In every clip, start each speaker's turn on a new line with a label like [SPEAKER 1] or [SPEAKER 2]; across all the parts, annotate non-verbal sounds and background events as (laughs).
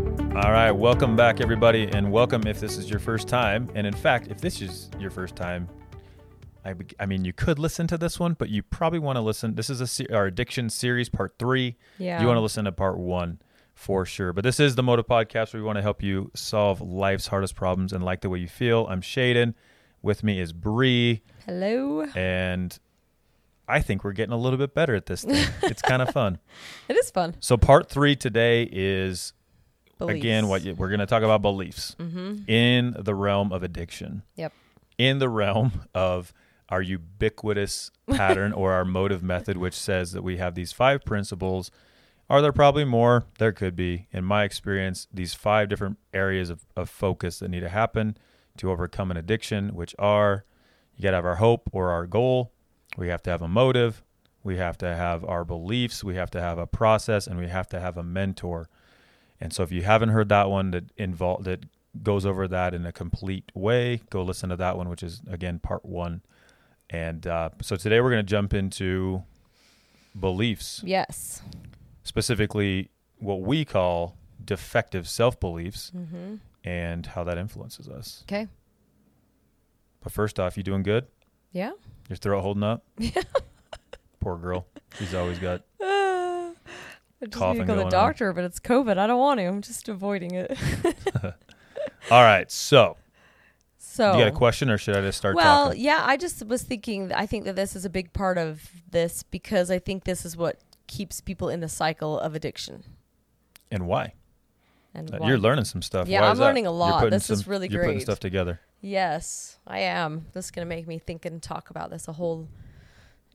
[SPEAKER 1] right, welcome back, everybody, and welcome if this is your first time. And in fact, if this is your first time, I, be- I mean, you could listen to this one, but you probably want to listen. This is a se- our addiction series, part three.
[SPEAKER 2] Yeah.
[SPEAKER 1] You want to listen to part one for sure. But this is the Motive Podcast where we want to help you solve life's hardest problems and like the way you feel. I'm Shaden. With me is Bree,
[SPEAKER 2] Hello.
[SPEAKER 1] and I think we're getting a little bit better at this thing. it's kind of fun.
[SPEAKER 2] It is fun.
[SPEAKER 1] So, part three today is again what
[SPEAKER 2] you
[SPEAKER 1] you, we're going to talk about beliefs
[SPEAKER 2] mm-hmm.
[SPEAKER 1] in the realm of addiction.
[SPEAKER 2] Yep.
[SPEAKER 1] In the realm of our ubiquitous pattern or our motive method, which says that we have these five principles. Are there probably more? There could be. In my experience, these five different areas of, of focus that need to happen to overcome an addiction, which are you got to have our hope or our goal, we have to have a motive, we have to have our beliefs, we have to have a process, and we have to have a mentor. And so if you haven't heard that one that involve that goes over that in a complete way, go listen to that one, which is again part one. And uh, so today we're going to jump into beliefs,
[SPEAKER 2] Yes.
[SPEAKER 1] specifically what we call defective self beliefs
[SPEAKER 2] Mm-hmm.
[SPEAKER 1] and how that influences us.
[SPEAKER 2] Okay.
[SPEAKER 1] But first off, you doing good?
[SPEAKER 2] Yeah.
[SPEAKER 1] Your throat holding
[SPEAKER 2] (laughs)
[SPEAKER 1] up? Poor girl. She's always got.
[SPEAKER 2] Ah. I just need
[SPEAKER 1] Coughing
[SPEAKER 2] to go to
[SPEAKER 1] going on.
[SPEAKER 2] the doctor, but it's COVID. I don't want to. I'm just avoiding it.
[SPEAKER 1] All right. So,
[SPEAKER 2] So
[SPEAKER 1] you got a question or should I just start
[SPEAKER 2] well,
[SPEAKER 1] talking?
[SPEAKER 2] yeah, I just was thinking. I think that this is a big part of this because I think this is what keeps people in the cycle of addiction.
[SPEAKER 1] And why?
[SPEAKER 2] And
[SPEAKER 1] Uh,
[SPEAKER 2] why-
[SPEAKER 1] You're learning some stuff.
[SPEAKER 2] Yeah,
[SPEAKER 1] Why
[SPEAKER 2] I'm
[SPEAKER 1] is that?
[SPEAKER 2] learning a
[SPEAKER 1] You're
[SPEAKER 2] lot.
[SPEAKER 1] putting
[SPEAKER 2] This is really
[SPEAKER 1] you're putting
[SPEAKER 2] great.
[SPEAKER 1] stuff together.
[SPEAKER 2] Yes, I am. This is going to make me think and talk about this a whole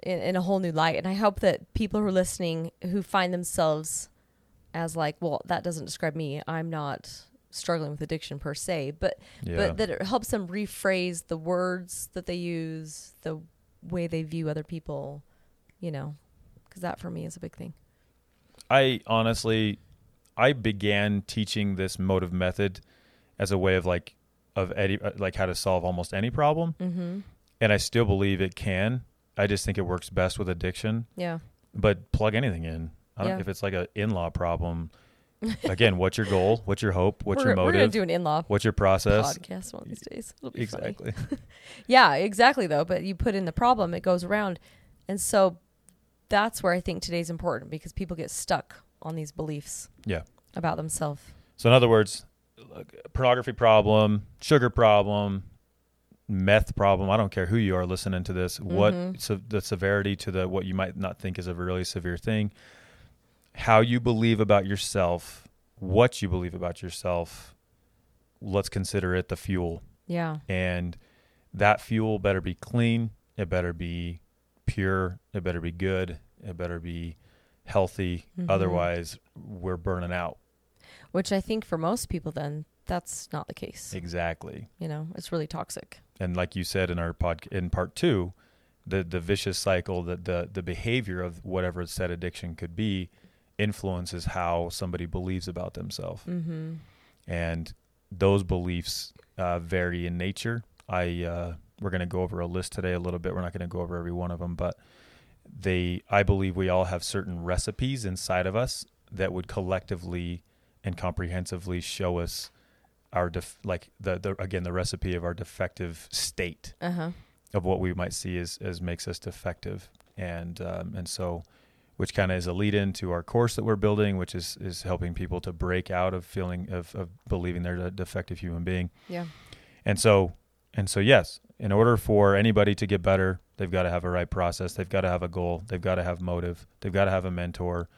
[SPEAKER 2] in, in a whole new light. And I hope that people who are listening who find themselves as like, well, that doesn't describe me. I'm not struggling with addiction per se, but
[SPEAKER 1] Yeah.
[SPEAKER 2] but that it helps them rephrase the words that they use, the way they view other people, you know, because that for me is a big thing.
[SPEAKER 1] I honestly, I began teaching this motive method as a way of like, of any, uh, like how to solve almost any problem.
[SPEAKER 2] Mm-hmm.
[SPEAKER 1] And I still believe it can. I just think it works best with addiction,
[SPEAKER 2] Yeah.
[SPEAKER 1] but plug anything in. I don't,
[SPEAKER 2] Yeah.
[SPEAKER 1] If it's like an in law problem, again, what's your goal? What's your hope? What's
[SPEAKER 2] we're,
[SPEAKER 1] your
[SPEAKER 2] We're gonna
[SPEAKER 1] motive?
[SPEAKER 2] do an in-law
[SPEAKER 1] What's your process?
[SPEAKER 2] podcast one of these days. It'll be funny.
[SPEAKER 1] Exactly. (laughs)
[SPEAKER 2] Yeah, exactly though, but you put in the problem, it goes around. And so that's where I think today's important because people get stuck on these beliefs
[SPEAKER 1] Yeah.
[SPEAKER 2] about themselves.
[SPEAKER 1] So in other words, look, pornography problem, sugar problem, meth problem. I don't care who you are listening to this. What
[SPEAKER 2] Mhm.
[SPEAKER 1] so the severity to the what you might not think is a really severe thing. How you believe about yourself, what you believe about yourself. Let's consider it the fuel,
[SPEAKER 2] Yeah.
[SPEAKER 1] and that fuel better be clean. It better be pure. It better be good. It better be healthy.
[SPEAKER 2] Mhm.
[SPEAKER 1] Otherwise, we're burning out.
[SPEAKER 2] Which I think for most people then that's not the case.
[SPEAKER 1] Exactly.
[SPEAKER 2] You know, it's really toxic.
[SPEAKER 1] and like you said in our pod in part two, the the vicious cycle that the the behavior of whatever said addiction could be influences how somebody believes about themselves,
[SPEAKER 2] Mhm.
[SPEAKER 1] and those beliefs uh, vary in nature. I uh, we're gonna go over a list today a little bit. We're not gonna go over every one of them, but they I believe we all have certain recipes inside of us that would collectively and comprehensively show us our def- like the, the again the recipe of our defective state
[SPEAKER 2] Uh-huh.
[SPEAKER 1] of what we might see as, as makes us defective. And, um, and so, which kind of is a lead into our course that we're building, which is, is helping people to break out of feeling of, of believing they're a defective human being.
[SPEAKER 2] Yeah.
[SPEAKER 1] And so, and so, yes, in order for anybody to get better, they've got to have a right process. They've got to have a goal. They've got to have motive. They've got to have a mentor.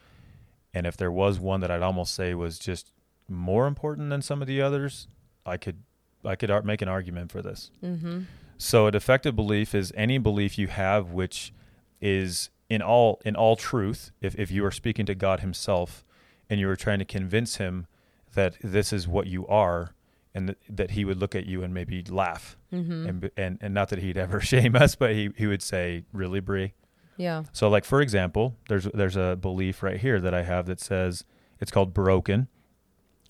[SPEAKER 1] And if there was one that I'd almost say was just more important than some of the others, I could, I could ar- make an argument for this.
[SPEAKER 2] Mhm.
[SPEAKER 1] So a defective belief is any belief you have which is in all in all truth, if, if you are speaking to God Himself and you are trying to convince him that this is what you are and th- that he would look at you and maybe laugh
[SPEAKER 2] Mhm.
[SPEAKER 1] and, and and not that he'd ever (laughs) shame us, but he, he would say, Really, Brie?
[SPEAKER 2] Yeah.
[SPEAKER 1] So, like for example, there's there's a belief right here that I have that says it's called broken.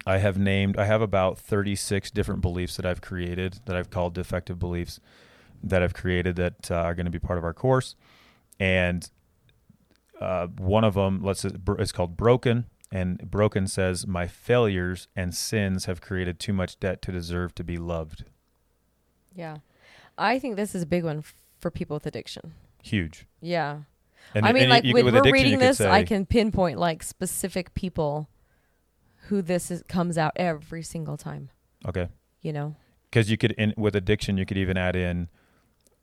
[SPEAKER 1] I have named I have about 36 different beliefs that I've created that I've called defective beliefs that I've created that uh, are going to be part of our course, and uh, one of them let's it's called broken, And Broken says, My failures and sins have created too much debt to deserve to be loved.
[SPEAKER 2] Yeah. I think this is a big one f- for people with addiction.
[SPEAKER 1] Huge.
[SPEAKER 2] Yeah.
[SPEAKER 1] And,
[SPEAKER 2] I mean,
[SPEAKER 1] and
[SPEAKER 2] like
[SPEAKER 1] you-
[SPEAKER 2] when
[SPEAKER 1] with
[SPEAKER 2] we're
[SPEAKER 1] addiction, you
[SPEAKER 2] reading
[SPEAKER 1] could
[SPEAKER 2] this, I
[SPEAKER 1] say-
[SPEAKER 2] can pinpoint like specific people who this is, comes out every single time.
[SPEAKER 1] Okay.
[SPEAKER 2] You know,
[SPEAKER 1] because you could in with addiction you could even add in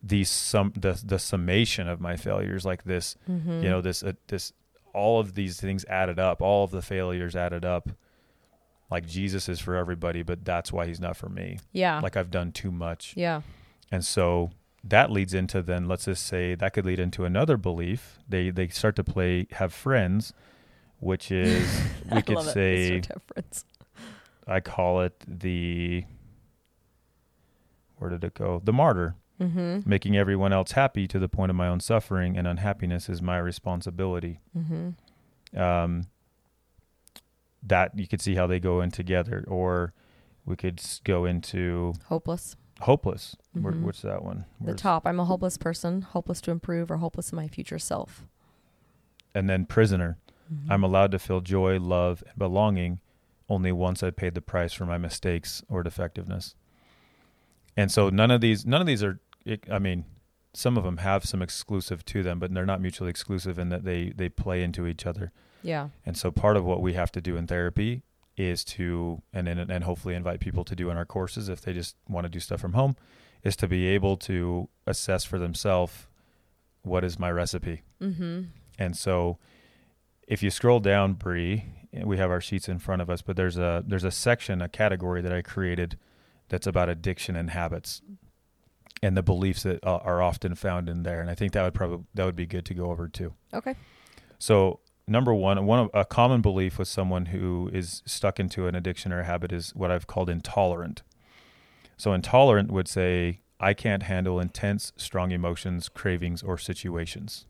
[SPEAKER 1] the sum the the summation of my failures like this
[SPEAKER 2] Mm-hmm. Mm.
[SPEAKER 1] you know this uh, this all of these things added up all of the failures added up like Jesus is for everybody but that's why he's not for me
[SPEAKER 2] yeah,
[SPEAKER 1] like I've done too much
[SPEAKER 2] Ah. yeah,
[SPEAKER 1] and so that leads into then let's just say that could lead into another belief they they start to play have friends which is (laughs) we could say
[SPEAKER 2] difference.
[SPEAKER 1] I call it the where did it go? The martyr,
[SPEAKER 2] Mm-hmm.
[SPEAKER 1] making everyone else happy to the point of my own suffering and unhappiness is my responsibility.
[SPEAKER 2] Mm-hmm.
[SPEAKER 1] Um, that you could see how they go in together, or we could s- go into
[SPEAKER 2] Hopeless.
[SPEAKER 1] hopeless. Where,
[SPEAKER 2] Mhm.
[SPEAKER 1] what's that one?
[SPEAKER 2] The
[SPEAKER 1] Where's-
[SPEAKER 2] top. I'm a hopeless person, hopeless to improve, or hopeless in my future self.
[SPEAKER 1] And then prisoner.
[SPEAKER 2] Mhm.
[SPEAKER 1] I'm allowed to feel joy, love, and belonging only once I paid the price for my mistakes or defectiveness. And so none of these, none of these are. e, I mean, some of them have some exclusive to them, but they're not mutually exclusive in that they they play into each other.
[SPEAKER 2] yeah.
[SPEAKER 1] And so part of what we have to do in therapy is to, and and, and hopefully invite people to do in our courses if they just want to do stuff from home, is to be able to assess for themselves what is my recipe.
[SPEAKER 2] Mm-hmm.
[SPEAKER 1] And so if you scroll down, Bree, we have our sheets in front of us, but there's a there's a section, a category that I created that's about addiction and habits and the beliefs that uh, are often found in there. And I think that would probably that would be good to go over too.
[SPEAKER 2] Okay.
[SPEAKER 1] So number one, one of, a common belief with someone who is stuck into an addiction or a habit is what I've called intolerant. So intolerant would say, I can't handle intense, strong emotions, cravings, or situations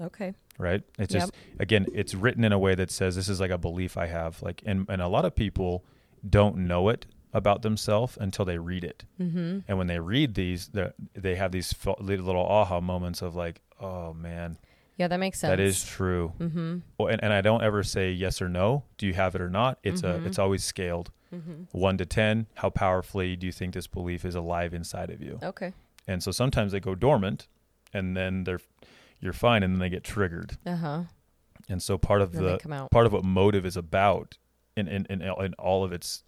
[SPEAKER 2] Okay.
[SPEAKER 1] right? It's
[SPEAKER 2] Yep.
[SPEAKER 1] just again, it's written in a way that says this is like a belief I have. Like, and and a lot of people don't know it about themselves until they read it,
[SPEAKER 2] Mm-hmm.
[SPEAKER 1] and when they read these, they're- they have these fo- little aha moments of like, oh man,
[SPEAKER 2] Yeah, that makes sense.
[SPEAKER 1] that is true.
[SPEAKER 2] Mm-hmm.
[SPEAKER 1] Well, and, and I don't ever say yes or no. Do you have it or not? It's a it's always scaled
[SPEAKER 2] Mm-hmm.
[SPEAKER 1] one to ten. How powerfully do you think this belief is alive inside of you?
[SPEAKER 2] Okay.
[SPEAKER 1] And so sometimes they go dormant, and then they're you're fine, and then they get triggered.
[SPEAKER 2] Uh huh.
[SPEAKER 1] And so part of
[SPEAKER 2] Then
[SPEAKER 1] the
[SPEAKER 2] they come out.
[SPEAKER 1] part of what motive is about in, in, in, in all of its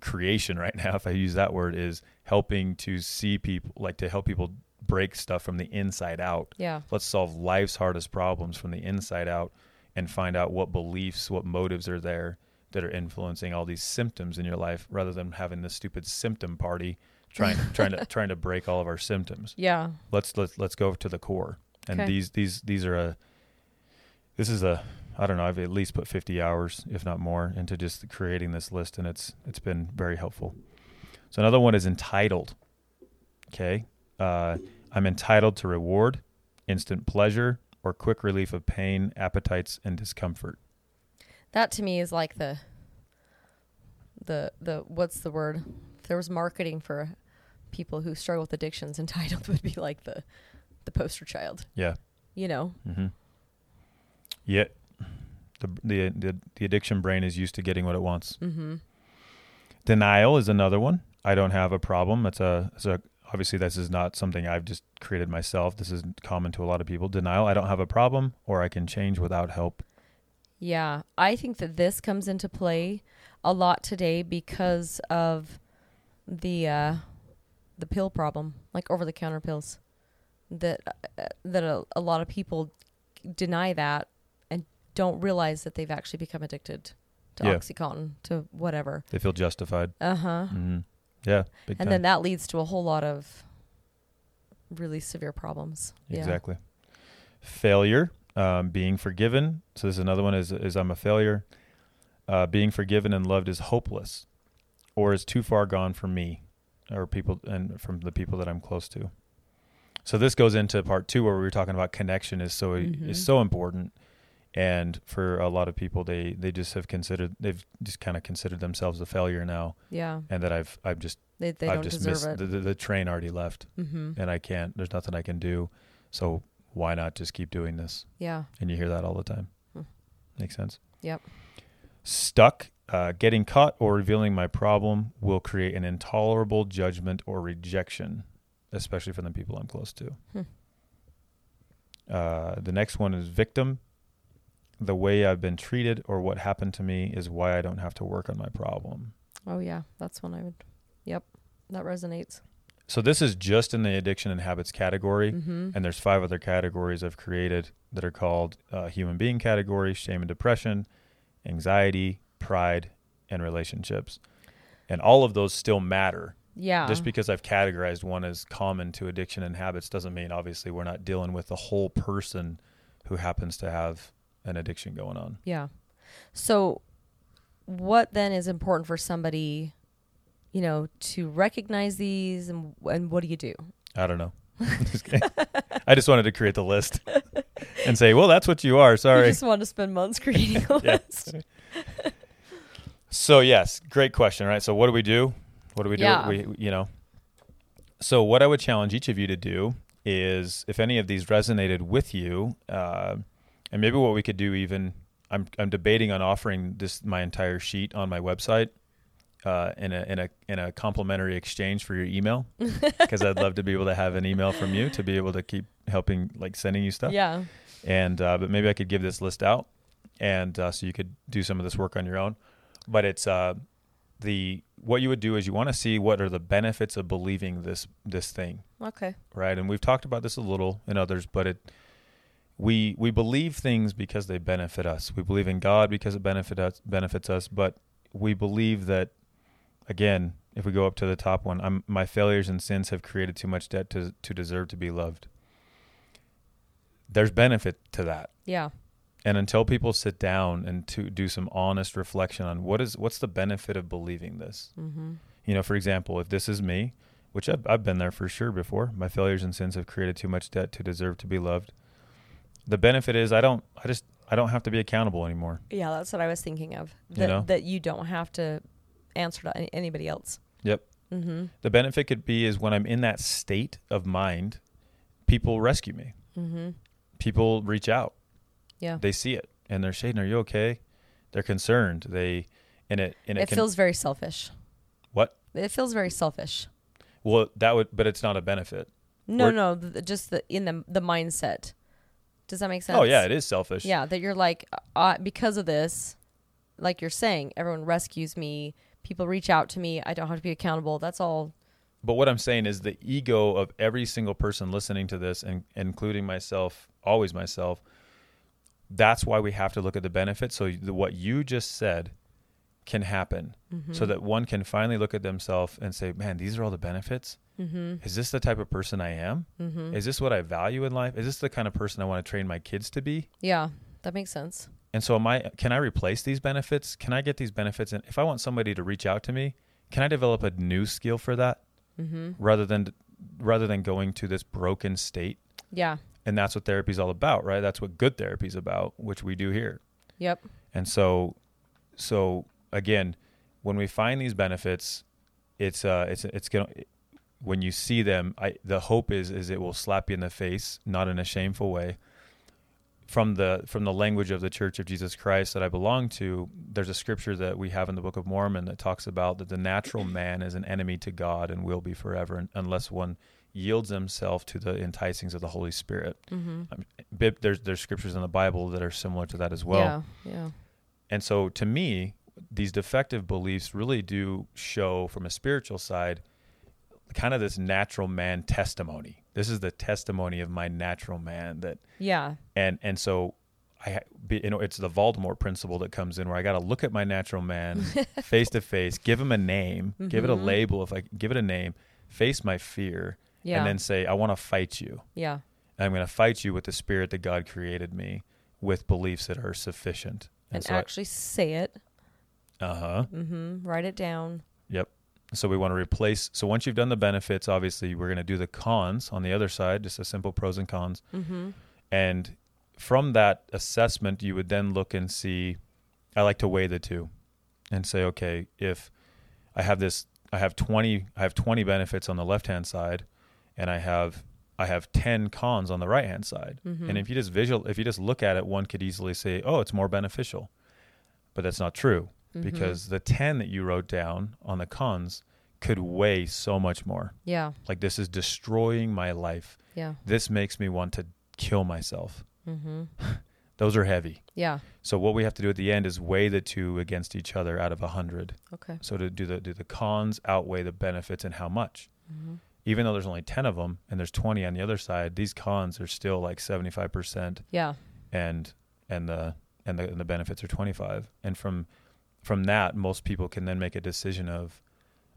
[SPEAKER 1] creation right now, (laughs) if I use that word, is helping to see people, like to help people break stuff from the inside out.
[SPEAKER 2] Yeah.
[SPEAKER 1] Let's solve life's hardest problems from the inside out and find out what beliefs, what motives are there that are influencing all these symptoms in your life rather than having this stupid symptom party trying trying to trying to break all of our symptoms
[SPEAKER 2] Yeah.
[SPEAKER 1] let's let's let's go to the core. And
[SPEAKER 2] Okay.
[SPEAKER 1] these these these are a this is a I don't know, I've at least put 50 hours if not more into just creating this list and it's it's been very helpful. So another one is entitled. Okay? Uh I'm entitled to reward, instant pleasure, or quick relief of pain, appetites and discomfort.
[SPEAKER 2] That to me is like the the the what's the word? If there was marketing for people who struggle with addictions (laughs) entitled would be like the the poster child.
[SPEAKER 1] Yeah.
[SPEAKER 2] You know.
[SPEAKER 1] Mhm. Yet the, the the the addiction brain is used to getting what it wants.
[SPEAKER 2] Mm-hmm.
[SPEAKER 1] Denial is another one. I don't have a problem. It's a, it's a obviously this is not something I've just created myself. This is common to a lot of people. Denial. I don't have a problem, or I can change without help.
[SPEAKER 2] Yeah, I think that this comes into play a lot today because of the uh, the pill problem, like over the counter pills, that uh, that a, a lot of people deny that and don't realize that they've actually become addicted to
[SPEAKER 1] Yeah.
[SPEAKER 2] OxyContin, to whatever.
[SPEAKER 1] They feel justified.
[SPEAKER 2] Uh huh.
[SPEAKER 1] hmm Yeah, big
[SPEAKER 2] And
[SPEAKER 1] time.
[SPEAKER 2] then that leads to a whole lot of really severe problems.
[SPEAKER 1] exactly. Failure. Um, being forgiven. So this is another one. Is is I'm a failure. Uh, being forgiven and loved is hopeless, or is too far gone for me, or people and from the people that I'm close to. So this goes into part two where we were talking about connection is so
[SPEAKER 2] Mhm.
[SPEAKER 1] is so important, and for a lot of people they they just have considered they've just kind of considered themselves a failure now,
[SPEAKER 2] Yeah. Yeah.
[SPEAKER 1] and that I've I've just
[SPEAKER 2] They they
[SPEAKER 1] I've
[SPEAKER 2] don't
[SPEAKER 1] just
[SPEAKER 2] deserve
[SPEAKER 1] missed
[SPEAKER 2] it.
[SPEAKER 1] the, the, the train already left,
[SPEAKER 2] mm-hmm.
[SPEAKER 1] and I can't. There's nothing I can do, so why not just keep doing this?
[SPEAKER 2] Yeah.
[SPEAKER 1] And you hear that all the time.
[SPEAKER 2] Hmm.
[SPEAKER 1] Makes sense.
[SPEAKER 2] Yep.
[SPEAKER 1] Stuck, uh, getting caught or revealing my problem will create an intolerable judgment or rejection, especially from the people I'm close to.
[SPEAKER 2] Hmm.
[SPEAKER 1] Uh, the next one is victim. The way I've been treated or what happened to me is why I don't have to work on my problem.
[SPEAKER 2] Oh yeah, that's one I would. Yep, that resonates.
[SPEAKER 1] So this is just in the addiction and habits category.
[SPEAKER 2] Mm-hmm.
[SPEAKER 1] and there's five other categories I've created that are called uh, human being category, shame and depression, anxiety, pride, and relationships. And all of those still matter.
[SPEAKER 2] Yeah.
[SPEAKER 1] Just because I've categorized one as common to addiction and habits doesn't mean obviously we're not dealing with the whole person who happens to have an addiction going on.
[SPEAKER 2] yeah. So, what then is important for somebody, you know, to recognize these, and and what do you do?
[SPEAKER 1] I don't know. (laughs) Just kidding. I just wanted to create the list and say, well, that's what you are. Sorry.
[SPEAKER 2] You (laughs) just want to spend months creating a
[SPEAKER 1] (laughs) Yeah.
[SPEAKER 2] list.
[SPEAKER 1] So yes, great question, right? So what do we do? What do we do?
[SPEAKER 2] Yeah.
[SPEAKER 1] We you know. So what I would challenge each of you to do is, if any of these resonated with you, uh, and maybe what we could do even, I'm I'm debating on offering this my entire sheet on my website. Uh, in a in a in a complimentary exchange for your email, because I'd love to be able to have an email from you to be able to keep helping, like sending you stuff
[SPEAKER 2] Yeah.
[SPEAKER 1] and uh, but maybe I could give this list out, and uh, so you could do some of this work on your own. But it's uh, the what you would do is you want to see what are the benefits of believing this this thing,
[SPEAKER 2] Okay.
[SPEAKER 1] right? And we've talked about this a little in others, but it we we believe things because they benefit us. We believe in God because it benefit us benefits us, but we believe that again, if we go up to the top one, I'm my failures and sins have created too much debt to to deserve to be loved. There's benefit to that
[SPEAKER 2] Yeah.
[SPEAKER 1] and until people sit down and to do some honest reflection on what is what's the benefit of believing this
[SPEAKER 2] Mm-hmm.
[SPEAKER 1] you know for example if this is me which I've, I've been there for sure before my failures and sins have created too much debt to deserve to be loved the benefit is i don't i just i don't have to be accountable anymore
[SPEAKER 2] Yeah, that's what I was thinking of.
[SPEAKER 1] You
[SPEAKER 2] That
[SPEAKER 1] know?
[SPEAKER 2] that you don't have to answer to any- anybody else.
[SPEAKER 1] Yep.
[SPEAKER 2] Mm-hmm.
[SPEAKER 1] the benefit could be is when i'm in that state of mind people rescue me
[SPEAKER 2] Mm-hmm.
[SPEAKER 1] people reach out
[SPEAKER 2] Yeah.
[SPEAKER 1] they see it and they're saying are you okay they're concerned they and it and it,
[SPEAKER 2] it
[SPEAKER 1] can,
[SPEAKER 2] feels very selfish.
[SPEAKER 1] What?
[SPEAKER 2] It feels very selfish.
[SPEAKER 1] well that would but it's not a benefit
[SPEAKER 2] No,
[SPEAKER 1] Or-
[SPEAKER 2] no, th- just the in the the mindset. Does that make sense?
[SPEAKER 1] oh yeah it is selfish
[SPEAKER 2] Yeah, that you're like uh, because of this, like you're saying, everyone rescues me. People reach out to me. I don't have to be accountable. That's all.
[SPEAKER 1] But what I'm saying is the ego of every single person listening to this, and including myself, always myself. That's why we have to look at the benefits. So the, what you just said can happen,
[SPEAKER 2] Mm-hmm.
[SPEAKER 1] so that one can finally look at themselves and say, "Man, these are all the benefits.
[SPEAKER 2] Mm-hmm.
[SPEAKER 1] Is this the type of person I am?
[SPEAKER 2] Mm-hmm.
[SPEAKER 1] Is this what I value in life? Is this the kind of person I want to train my kids to be?"
[SPEAKER 2] Yeah, that makes sense.
[SPEAKER 1] And so, am I? Can I replace these benefits? Can I get these benefits? And if I want somebody to reach out to me, can I develop a new skill for that?
[SPEAKER 2] Mm-hmm.
[SPEAKER 1] rather than rather than going to this broken state
[SPEAKER 2] Yeah.
[SPEAKER 1] and that's what therapy's all about right that's what good therapy's about which we do here
[SPEAKER 2] Yep.
[SPEAKER 1] and so so again when we find these benefits it's uh it's it's gonna when you see them i the hope is is it will slap you in the face not in a shameful way from the from the language of the church of jesus christ that i belong to there's a scripture that we have in the book of mormon that talks about that the natural man is an enemy to god and will be forever un- unless one yields himself to the enticings of the holy spirit
[SPEAKER 2] Mm-hmm.
[SPEAKER 1] Bib- there's there's scriptures in the bible that are similar to that as well
[SPEAKER 2] yeah. Yeah.
[SPEAKER 1] and so to me, these defective beliefs really do show from a spiritual side kind of this natural man testimony. This is the testimony of my natural man that
[SPEAKER 2] Yeah.
[SPEAKER 1] and and so I ha- be- you know it's the Voldemort principle that comes in where I got to look at my natural
[SPEAKER 2] (laughs)
[SPEAKER 1] man face to face, give him a name, give it a
[SPEAKER 2] Mhm.
[SPEAKER 1] label if I give it a name, face my fear
[SPEAKER 2] Yeah.
[SPEAKER 1] and then say I want to fight you.
[SPEAKER 2] yeah.
[SPEAKER 1] And I'm going to fight you with the spirit that God created me with beliefs that are sufficient.
[SPEAKER 2] And, actually say it.
[SPEAKER 1] uh huh.
[SPEAKER 2] Mm-hmm. Write it down.
[SPEAKER 1] Yep. So we want to replace. So once you've done the benefits, obviously we're going to do the cons on the other side, just a simple pros and cons.
[SPEAKER 2] Mm-hmm.
[SPEAKER 1] And from that assessment, you would then look and see. I like to weigh the two, and say, okay, if I have this, I have twenty, I have twenty benefits on the left hand side, and I have I have ten cons on the right hand side.
[SPEAKER 2] Mhm.
[SPEAKER 1] And if you just visual, if you just look at it, one could easily say, oh, it's more beneficial. but that's not true
[SPEAKER 2] Mm-hmm.
[SPEAKER 1] because the 10 that you wrote down on the cons could weigh so much more.
[SPEAKER 2] Yeah.
[SPEAKER 1] Like this is destroying my life.
[SPEAKER 2] Yeah.
[SPEAKER 1] This makes me want to kill myself.
[SPEAKER 2] Mm-hmm.
[SPEAKER 1] Those are heavy.
[SPEAKER 2] Yeah.
[SPEAKER 1] So what we have to do at the end is weigh the two against each other out of a 100.
[SPEAKER 2] Okay.
[SPEAKER 1] So to do the do the cons outweigh the benefits and how much?
[SPEAKER 2] Mm-hmm.
[SPEAKER 1] Even though there's only 10 of them and there's 20 on the other side, these cons are still like 75%
[SPEAKER 2] Yeah.
[SPEAKER 1] and and the and the, and the benefits are 25 and from from that most people can then make a decision of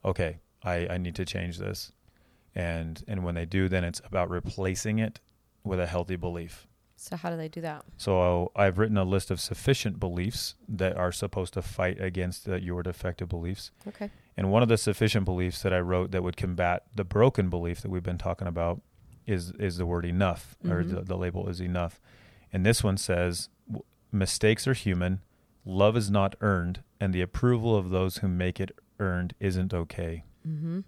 [SPEAKER 1] okay I, I need to change this and and when they do then it's about replacing it with a healthy belief
[SPEAKER 2] So how do they do that?
[SPEAKER 1] so i've written a list of sufficient beliefs that are supposed to fight against uh, your defective beliefs
[SPEAKER 2] Okay.
[SPEAKER 1] and one of the sufficient beliefs that I wrote that would combat the broken belief that we've been talking about is is the word enough or
[SPEAKER 2] Mhm.
[SPEAKER 1] the, the label is enough. And this one says w- mistakes are human, love is not earned, and the approval of those who make it earned isn't okay.
[SPEAKER 2] Mm-hmm.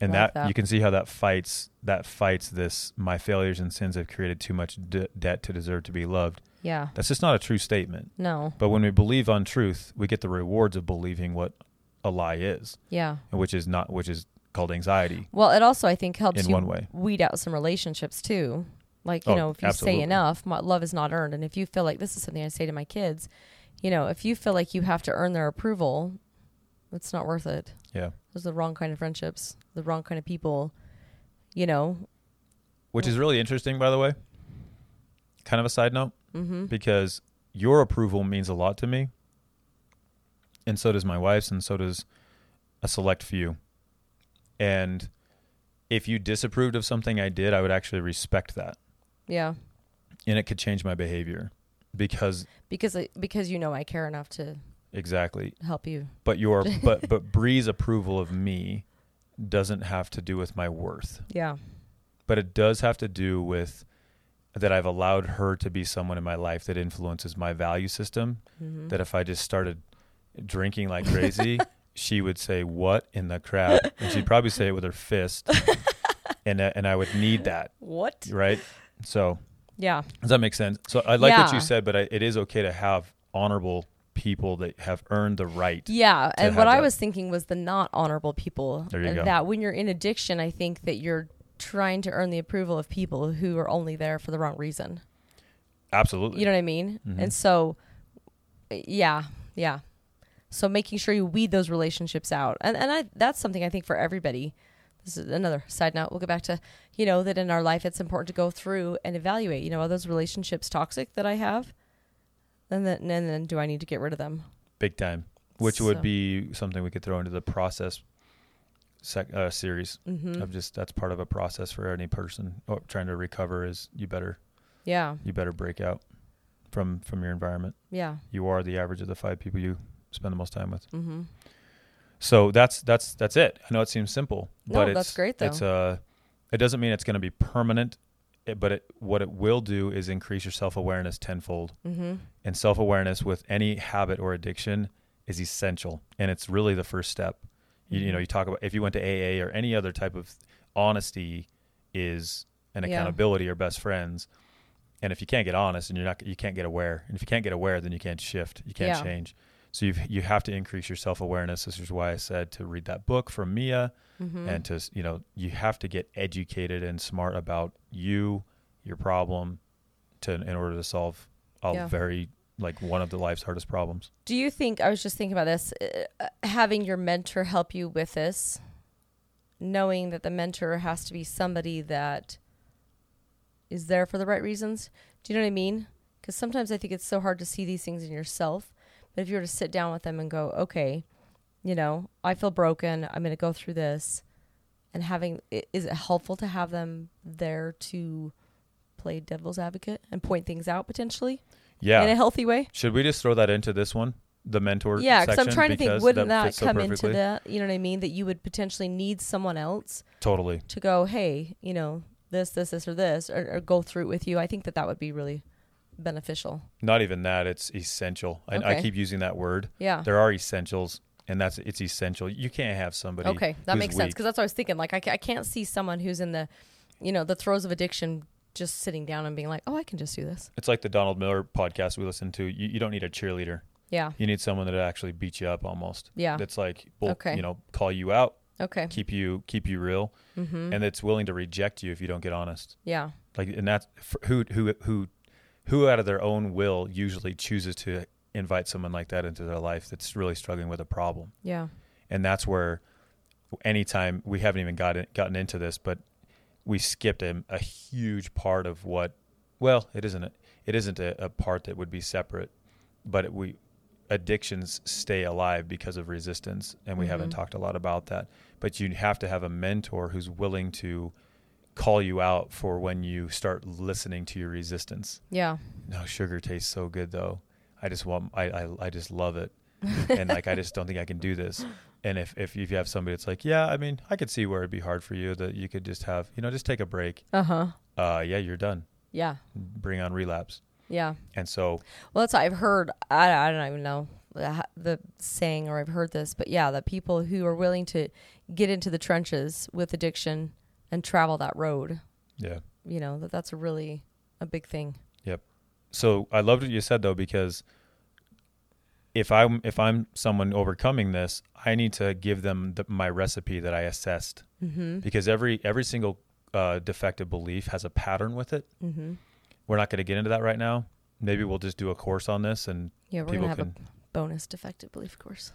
[SPEAKER 1] And
[SPEAKER 2] Like
[SPEAKER 1] that,
[SPEAKER 2] that.
[SPEAKER 1] you can see how that fights that fights this my failures and sins have created too much de- debt to deserve to be loved.
[SPEAKER 2] Yeah.
[SPEAKER 1] That's just not a true statement.
[SPEAKER 2] No.
[SPEAKER 1] But when we believe untruth, we get the rewards of believing what a lie is
[SPEAKER 2] Yeah.
[SPEAKER 1] which is not which is called anxiety
[SPEAKER 2] Well, it also I think helps
[SPEAKER 1] in
[SPEAKER 2] you
[SPEAKER 1] one way.
[SPEAKER 2] weed out some relationships too. Like you
[SPEAKER 1] Oh,
[SPEAKER 2] know, if you
[SPEAKER 1] absolutely.
[SPEAKER 2] say enough, my, love is not earned, and if you feel like this is something I say to my kids, you know, if you feel like you have to earn their approval, it's not worth it.
[SPEAKER 1] Yeah.
[SPEAKER 2] Those are the wrong kind of friendships, the wrong kind of people. You know.
[SPEAKER 1] Which
[SPEAKER 2] Mm.
[SPEAKER 1] is really interesting by the way. Kind of a side note
[SPEAKER 2] Mm-hmm.
[SPEAKER 1] because your approval means a lot to me. And so does my wife's and so does a select few. And if you disapproved of something I did, I would actually respect that.
[SPEAKER 2] Yeah.
[SPEAKER 1] And it could change my behavior because
[SPEAKER 2] Because I- because you know I care enough to
[SPEAKER 1] exactly.
[SPEAKER 2] help you.
[SPEAKER 1] But
[SPEAKER 2] (laughs)
[SPEAKER 1] your but but Bree's approval of me doesn't have to do with my worth.
[SPEAKER 2] Yeah.
[SPEAKER 1] but it does have to do with that I've allowed her to be someone in my life that influences my value system.
[SPEAKER 2] Mm-hmm.
[SPEAKER 1] That if I just started drinking like
[SPEAKER 2] (laughs)
[SPEAKER 1] crazy, she would say, "What in the crap?" and she'd probably say it with her
[SPEAKER 2] (laughs)
[SPEAKER 1] fist, and uh, and I would need that,
[SPEAKER 2] What?
[SPEAKER 1] right? So
[SPEAKER 2] Yeah.
[SPEAKER 1] does that make sense? So I like what
[SPEAKER 2] Yeah.
[SPEAKER 1] you said, but I, it is okay to have honorable people that have earned the right.
[SPEAKER 2] Yeah, and what
[SPEAKER 1] have
[SPEAKER 2] I
[SPEAKER 1] that.
[SPEAKER 2] was thinking was the not honorable people.
[SPEAKER 1] There you
[SPEAKER 2] and
[SPEAKER 1] go.
[SPEAKER 2] That when you're in addiction, I think that you're trying to earn the approval of people who are only there for the wrong reason.
[SPEAKER 1] Absolutely.
[SPEAKER 2] You know what I mean?
[SPEAKER 1] Mhm.
[SPEAKER 2] And so, yeah, yeah. So making sure you weed those relationships out, and and I that's something I think for everybody. This is another side note. We'll get back to you know that in our life it's important to go through and evaluate. You know, are those relationships toxic that I have? And then and then do I need to get rid of them?
[SPEAKER 1] big time, which would
[SPEAKER 2] So-
[SPEAKER 1] be something we could throw into the process sec- uh, series.
[SPEAKER 2] Mm-hmm.
[SPEAKER 1] of just that's part of a process for any person or trying to recover is you better
[SPEAKER 2] Yeah,
[SPEAKER 1] you better break out from from your environment
[SPEAKER 2] yeah.
[SPEAKER 1] you are the average of the five people you spend the most time with
[SPEAKER 2] Mm-hmm.
[SPEAKER 1] so that's that's that's it i know it seems simple
[SPEAKER 2] No,
[SPEAKER 1] but
[SPEAKER 2] that's
[SPEAKER 1] it's
[SPEAKER 2] great,
[SPEAKER 1] it's uh it doesn't mean it's going to be permanent it, but it what it will do is increase your self-awareness tenfold
[SPEAKER 2] Mm-hmm.
[SPEAKER 1] and self-awareness with any habit or addiction is essential and it's really the first step you,
[SPEAKER 2] Mm-hmm.
[SPEAKER 1] you know you talk about if you went to aa or any other type of honesty is an
[SPEAKER 2] Yeah.
[SPEAKER 1] accountability or best friends and if you can't get honest and you're not you can't get aware and if you can't get aware then you can't shift you can't
[SPEAKER 2] Yeah.
[SPEAKER 1] change so you you have to increase your self-awareness this is why i said to read that book from mia
[SPEAKER 2] Mm-hmm.
[SPEAKER 1] and to s- you know you have to get educated and smart about you your problem to in order to solve a
[SPEAKER 2] Yeah.
[SPEAKER 1] very like one of the life's hardest problems
[SPEAKER 2] Do you think I was just thinking about this? Uh, having your mentor help you with this, knowing that the mentor has to be somebody that is there for the right reasons. Do you know what I mean? Because sometimes I think it's so hard to see these things in yourself. But if you were to sit down with them and go, okay, you know, I feel broken. I'm going to go through this, and having i- is it helpful to have them there to play devil's advocate and point things out potentially
[SPEAKER 1] yeah
[SPEAKER 2] in a healthy way?
[SPEAKER 1] should we just throw that into this one the mentor
[SPEAKER 2] yeah
[SPEAKER 1] because
[SPEAKER 2] because i'm trying to think wouldn't that, come into that you know what i mean that you would potentially need someone else
[SPEAKER 1] totally
[SPEAKER 2] to go hey you know this this this or this or, or go through it with you i think that that would be really beneficial
[SPEAKER 1] not even that it's essential I, I
[SPEAKER 2] Okay.
[SPEAKER 1] keep using that word
[SPEAKER 2] yeah
[SPEAKER 1] there are essentials and that's it's essential you can't have somebody
[SPEAKER 2] okay that
[SPEAKER 1] who's
[SPEAKER 2] makes sense
[SPEAKER 1] weak.
[SPEAKER 2] because that's what i was thinking like I, ca- I can't see someone who's in the you know the throes of addiction just sitting down and being like oh i can just do this
[SPEAKER 1] it's like the donald miller podcast we listen to you, you don't need a cheerleader
[SPEAKER 2] Yeah.
[SPEAKER 1] You need someone that actually beats you up almost.
[SPEAKER 2] Yeah.
[SPEAKER 1] That's like will
[SPEAKER 2] Okay.
[SPEAKER 1] you know call you out,
[SPEAKER 2] Okay.
[SPEAKER 1] keep you keep you real,
[SPEAKER 2] Mm-hmm.
[SPEAKER 1] and that's willing to reject you if you don't get honest.
[SPEAKER 2] yeah.
[SPEAKER 1] Like and that's f- who who who who out of their own will usually chooses to invite someone like that into their life that's really struggling with a problem.
[SPEAKER 2] Yeah.
[SPEAKER 1] and that's where anytime we haven't even gotten gotten into this, but we skipped a, a huge part of what. Well, it isn't. A, it isn't a, a part that would be separate, but it, we addictions stay alive because of resistance, and we haven't
[SPEAKER 2] Mhm.
[SPEAKER 1] talked a lot about that. But you have to have a mentor who's willing to call you out for when you start listening to your resistance.
[SPEAKER 2] Yeah.
[SPEAKER 1] No, sugar tastes so good though. I just want. I I, I just love it and like I just don't think I can do this. And if if you have somebody that's like, yeah, I mean, I could see where it'd be hard for you that you could just have, you know, just take a break.
[SPEAKER 2] Uh huh.
[SPEAKER 1] Uh, yeah, you're done.
[SPEAKER 2] Yeah.
[SPEAKER 1] Bring on relapse.
[SPEAKER 2] Yeah.
[SPEAKER 1] And so,
[SPEAKER 2] Well, that's I've heard. I, I don't even know the, the saying, or I've heard this, but yeah, that people who are willing to get into the trenches with addiction and travel that road,
[SPEAKER 1] yeah.
[SPEAKER 2] you know, that that's a really a big thing.
[SPEAKER 1] So I loved what you said though because if I'm if I'm someone overcoming this, I need to give them the, my recipe that I assessed
[SPEAKER 2] Mm-hmm.
[SPEAKER 1] because every every single uh, defective belief has a pattern with it.
[SPEAKER 2] Mm-hmm.
[SPEAKER 1] We're not going to get into that right now. Maybe we'll just do a course on this and
[SPEAKER 2] Yeah, we're
[SPEAKER 1] people
[SPEAKER 2] gonna have
[SPEAKER 1] can
[SPEAKER 2] a bonus defective belief course.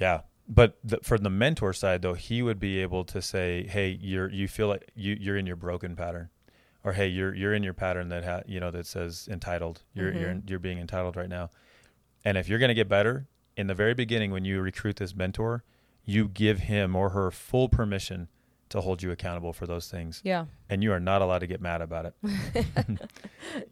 [SPEAKER 1] Yeah, but the, for the mentor side though, he would be able to say, "Hey, you're you feel like you you're in your broken pattern," or "Hey, you're you're in your pattern that ha- you know that says entitled. You're you're
[SPEAKER 2] Mhm.
[SPEAKER 1] you're being entitled right now." And if you're going to get better in the very beginning when you recruit this mentor, you give him or her full permission to hold you accountable for those things,
[SPEAKER 2] Yeah,
[SPEAKER 1] and you are not allowed to get mad about it.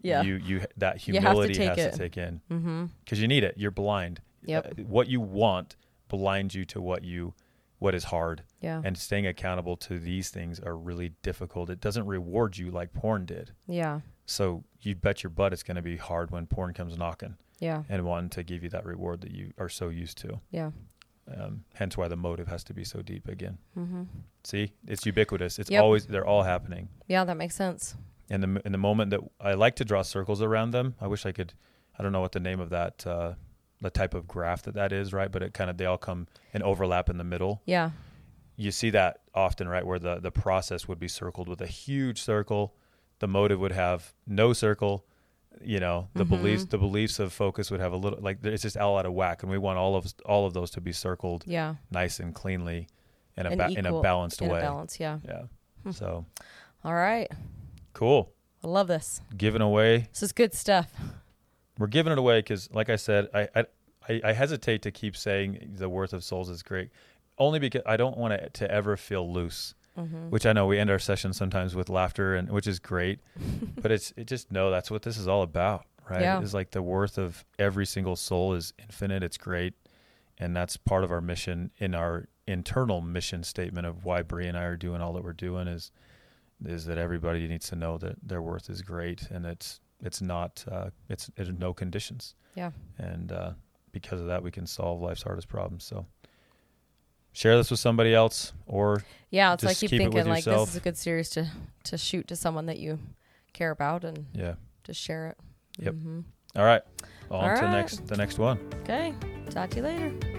[SPEAKER 2] yeah.
[SPEAKER 1] you you that
[SPEAKER 2] You have to
[SPEAKER 1] humility
[SPEAKER 2] take
[SPEAKER 1] has
[SPEAKER 2] it.
[SPEAKER 1] to take in
[SPEAKER 2] mm-hmm.
[SPEAKER 1] because you need it. You're blind.
[SPEAKER 2] Yep.
[SPEAKER 1] Uh, What you want blinds you to what you what is hard.
[SPEAKER 2] Yeah,
[SPEAKER 1] And staying accountable to these things are really difficult. It doesn't reward you like porn did.
[SPEAKER 2] yeah,
[SPEAKER 1] So you bet your butt it's going to be hard when porn comes knocking
[SPEAKER 2] yeah,
[SPEAKER 1] and wanting to give you that reward that you are so used to.
[SPEAKER 2] yeah.
[SPEAKER 1] Um, hence why the motive has to be so deep again.
[SPEAKER 2] Mm-hmm.
[SPEAKER 1] See, it's ubiquitous. It's
[SPEAKER 2] Yep.
[SPEAKER 1] always they're all happening.
[SPEAKER 2] Yeah, that makes sense.
[SPEAKER 1] And the in the moment that I like to draw circles around them. I wish I could. I don't know what the name of that uh, the type of graph that that is, right? But it kind of they all come and overlap in the middle.
[SPEAKER 2] Yeah,
[SPEAKER 1] you see that often, right? Where the, the process would be circled with a huge circle, the motive would have no circle, you know, the
[SPEAKER 2] Mhm.
[SPEAKER 1] beliefs the beliefs of focus would have a little like it's just all out of whack, and we want all of all of those to be circled
[SPEAKER 2] yeah.
[SPEAKER 1] nice and cleanly, in a
[SPEAKER 2] And
[SPEAKER 1] ba- in a
[SPEAKER 2] equal-
[SPEAKER 1] balanced
[SPEAKER 2] In
[SPEAKER 1] way.
[SPEAKER 2] a balance. Yeah.
[SPEAKER 1] Yeah.
[SPEAKER 2] Hmm.
[SPEAKER 1] So
[SPEAKER 2] All right.
[SPEAKER 1] cool.
[SPEAKER 2] I love this.
[SPEAKER 1] Giving away,
[SPEAKER 2] This is good stuff.
[SPEAKER 1] we're giving it away because, like I said, I, I I I hesitate to keep saying the worth of souls is great, only because I don't want it to ever feel loose.
[SPEAKER 2] Mm-hmm.
[SPEAKER 1] which I know we end our sessions sometimes with laughter and which is
[SPEAKER 2] (laughs)
[SPEAKER 1] great, but it's it just no, that's what this is all about, right?
[SPEAKER 2] Yeah.
[SPEAKER 1] It's like the worth of every single soul is infinite. It's great, and that's part of our mission in our internal mission statement of why Bree and I are doing all that we're doing is is that everybody needs to know that their worth is great and it's it's not uh, it's it's no conditions.
[SPEAKER 2] Yeah.
[SPEAKER 1] and uh, because of that, we can solve life's hardest problems. So. Share this with somebody else, or
[SPEAKER 2] Yeah, it's
[SPEAKER 1] Just
[SPEAKER 2] like keep
[SPEAKER 1] keep it with
[SPEAKER 2] thinking like
[SPEAKER 1] yourself.
[SPEAKER 2] this is a good series to to shoot to someone that you care about and
[SPEAKER 1] yeah,
[SPEAKER 2] just share it.
[SPEAKER 1] Yep.
[SPEAKER 2] Mm-hmm.
[SPEAKER 1] All right. On
[SPEAKER 2] All
[SPEAKER 1] to
[SPEAKER 2] right.
[SPEAKER 1] next the next one.
[SPEAKER 2] Okay. Talk to you later.